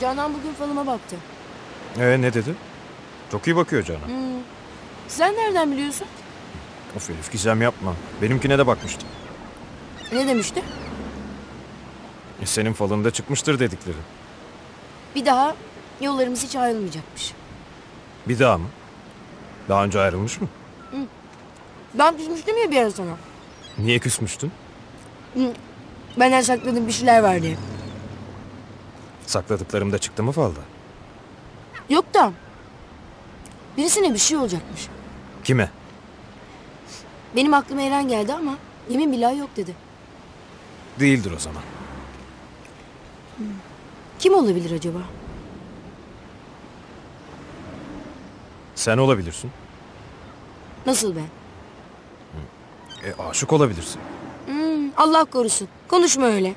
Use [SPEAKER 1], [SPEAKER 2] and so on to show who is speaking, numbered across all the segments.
[SPEAKER 1] Canan bugün falıma baktı.
[SPEAKER 2] Ee, ne dedi? Çok iyi bakıyor Canan.
[SPEAKER 1] Sen nereden biliyorsun?
[SPEAKER 2] Of Elif gizem yapma. Benimkine de bakmıştım.
[SPEAKER 1] Ne demişti?
[SPEAKER 2] E, senin falında çıkmıştır dedikleri.
[SPEAKER 1] Bir daha yollarımız hiç ayrılmayacakmış.
[SPEAKER 2] Bir daha mı? Daha önce ayrılmış mı?
[SPEAKER 1] Ben küsmüştüm ya bir ara sana.
[SPEAKER 2] Niye küsmüştün?
[SPEAKER 1] Benden sakladığın bir şeyler var diye.
[SPEAKER 2] Sakladıklarım da çıktı mı falda?
[SPEAKER 1] Yok da birisine bir şey olacakmış.
[SPEAKER 2] Kime?
[SPEAKER 1] Benim aklıma Eren geldi ama yemin billahi yok dedi.
[SPEAKER 2] Değildir o zaman.
[SPEAKER 1] Kim olabilir acaba?
[SPEAKER 2] Sen olabilirsin.
[SPEAKER 1] Nasıl ben?
[SPEAKER 2] E, aşık olabilirsin.
[SPEAKER 1] Hmm, Allah korusun. Konuşma öyle.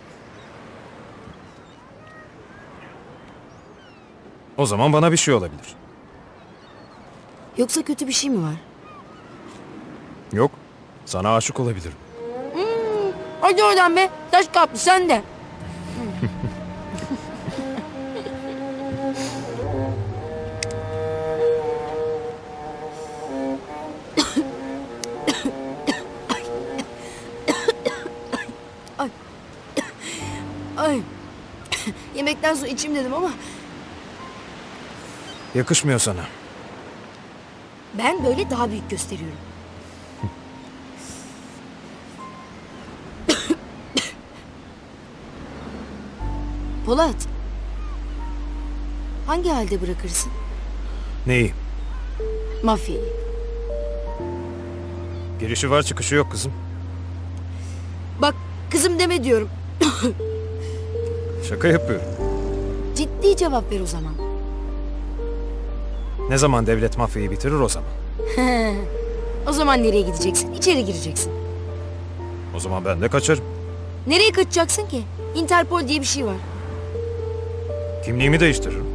[SPEAKER 2] O zaman bana bir şey olabilir.
[SPEAKER 1] Yoksa kötü bir şey mi var?
[SPEAKER 2] Yok. Sana aşık olabilirim.
[SPEAKER 1] Hadi oradan be. Taş kaplı sen de. Ay. Ay. Yemekten sonra içim dedim ama
[SPEAKER 2] Yakışmıyor sana.
[SPEAKER 1] ben böyle daha büyük gösteriyorum. Polat. Hangi halde bırakırsın?
[SPEAKER 2] Neyi?
[SPEAKER 1] Mafyayı.
[SPEAKER 2] Girişi var çıkışı yok kızım.
[SPEAKER 1] Bak kızım deme diyorum.
[SPEAKER 2] Şaka yapıyorum.
[SPEAKER 1] Ciddi cevap ver o zaman.
[SPEAKER 2] Ne zaman devlet mafyayı bitirir o zaman.
[SPEAKER 1] O zaman nereye gideceksin? İçeri gireceksin.
[SPEAKER 2] O zaman ben de kaçarım.
[SPEAKER 1] Nereye kaçacaksın ki? Interpol diye bir şey var.
[SPEAKER 2] Kimliğimi değiştiririm.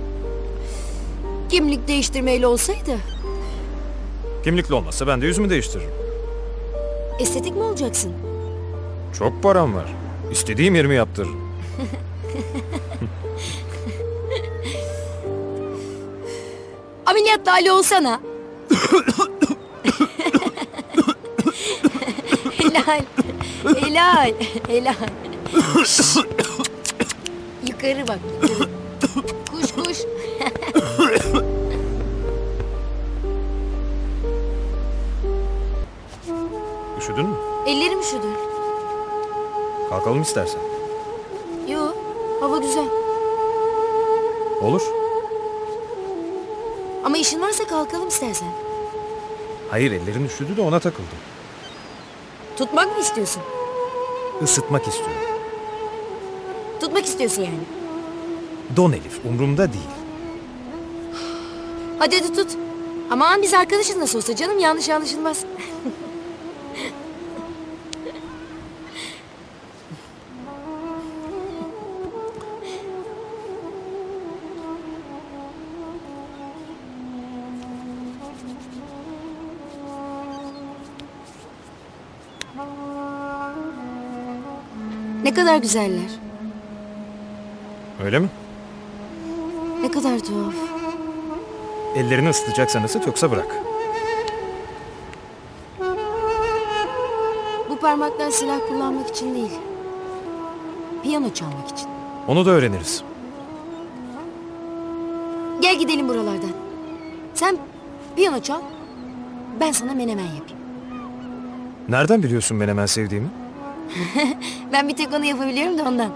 [SPEAKER 1] Kimlik değiştirmeyle olsaydı
[SPEAKER 2] Kimlikli olmazsa ben de yüzümü değiştiririm.
[SPEAKER 1] estetik mi olacaksın?
[SPEAKER 2] Çok param var. İstediğim yerimi yaptırırım.
[SPEAKER 1] Ameliyatlı hali olsana. helal. Helal. Helal. Şşş. yukarı bak. Yukarı. Kuş kuş.
[SPEAKER 2] Üşüdün mü?
[SPEAKER 1] Ellerim üşüdü.
[SPEAKER 2] Kalkalım istersen.
[SPEAKER 1] Yo. Hava güzel.
[SPEAKER 2] Olur.
[SPEAKER 1] Ama işin varsa kalkalım istersen.
[SPEAKER 2] Hayır ellerin üşüdü de ona takıldım.
[SPEAKER 1] Tutmak mı istiyorsun?
[SPEAKER 2] Isıtmak istiyorum.
[SPEAKER 1] Tutmak istiyorsun yani.
[SPEAKER 2] Don Elif umurumda değil.
[SPEAKER 1] Hadi hadi tut. Aman biz arkadaşız nasıl olsa canım yanlış anlaşılmaz. Ne kadar güzeller.
[SPEAKER 2] Öyle mi?
[SPEAKER 1] Ne kadar tuhaf.
[SPEAKER 2] Ellerini ısıtacaksan ısıt yoksa bırak.
[SPEAKER 1] Bu parmaklar silah kullanmak için değil. Piyano çalmak için.
[SPEAKER 2] Onu da öğreniriz.
[SPEAKER 1] Gel gidelim buralardan. Sen piyano çal. Ben sana menemen yapayım.
[SPEAKER 2] Nereden biliyorsun ben hemen sevdiğimi?
[SPEAKER 1] Ben bir tek onu yapabiliyorum da ondan.